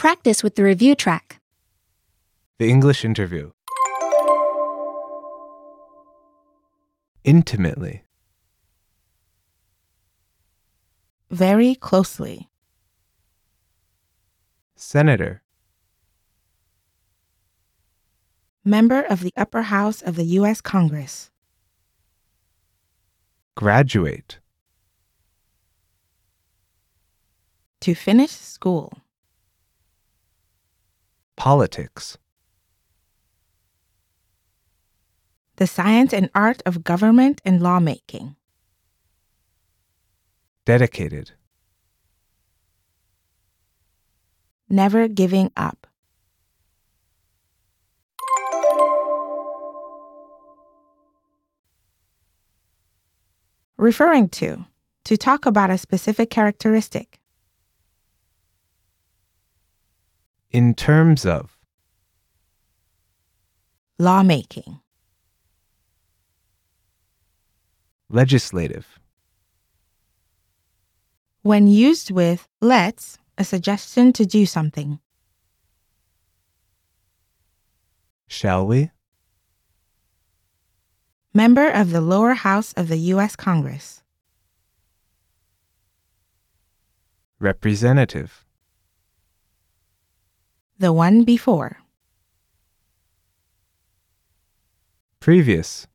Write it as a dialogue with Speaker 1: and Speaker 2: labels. Speaker 1: practice with the review track.
Speaker 2: The English interview. Intimately.
Speaker 3: Very closely.
Speaker 2: Senator.
Speaker 3: Member of the upper house of the U.S. Congress.
Speaker 2: Graduate.
Speaker 3: To finish school.
Speaker 2: Politics.
Speaker 3: The science and art of government and lawmaking.
Speaker 2: Dedicated.
Speaker 3: Never giving up. Referring to, to talk about a specific characteristic.
Speaker 2: In terms of.
Speaker 3: Lawmaking.
Speaker 2: Legislative.
Speaker 3: When used with let's, a suggestion to do something.
Speaker 2: Shall we?
Speaker 3: Member of the lower house of the U.S. Congress.
Speaker 2: Representative.
Speaker 3: The one before.
Speaker 2: Previous.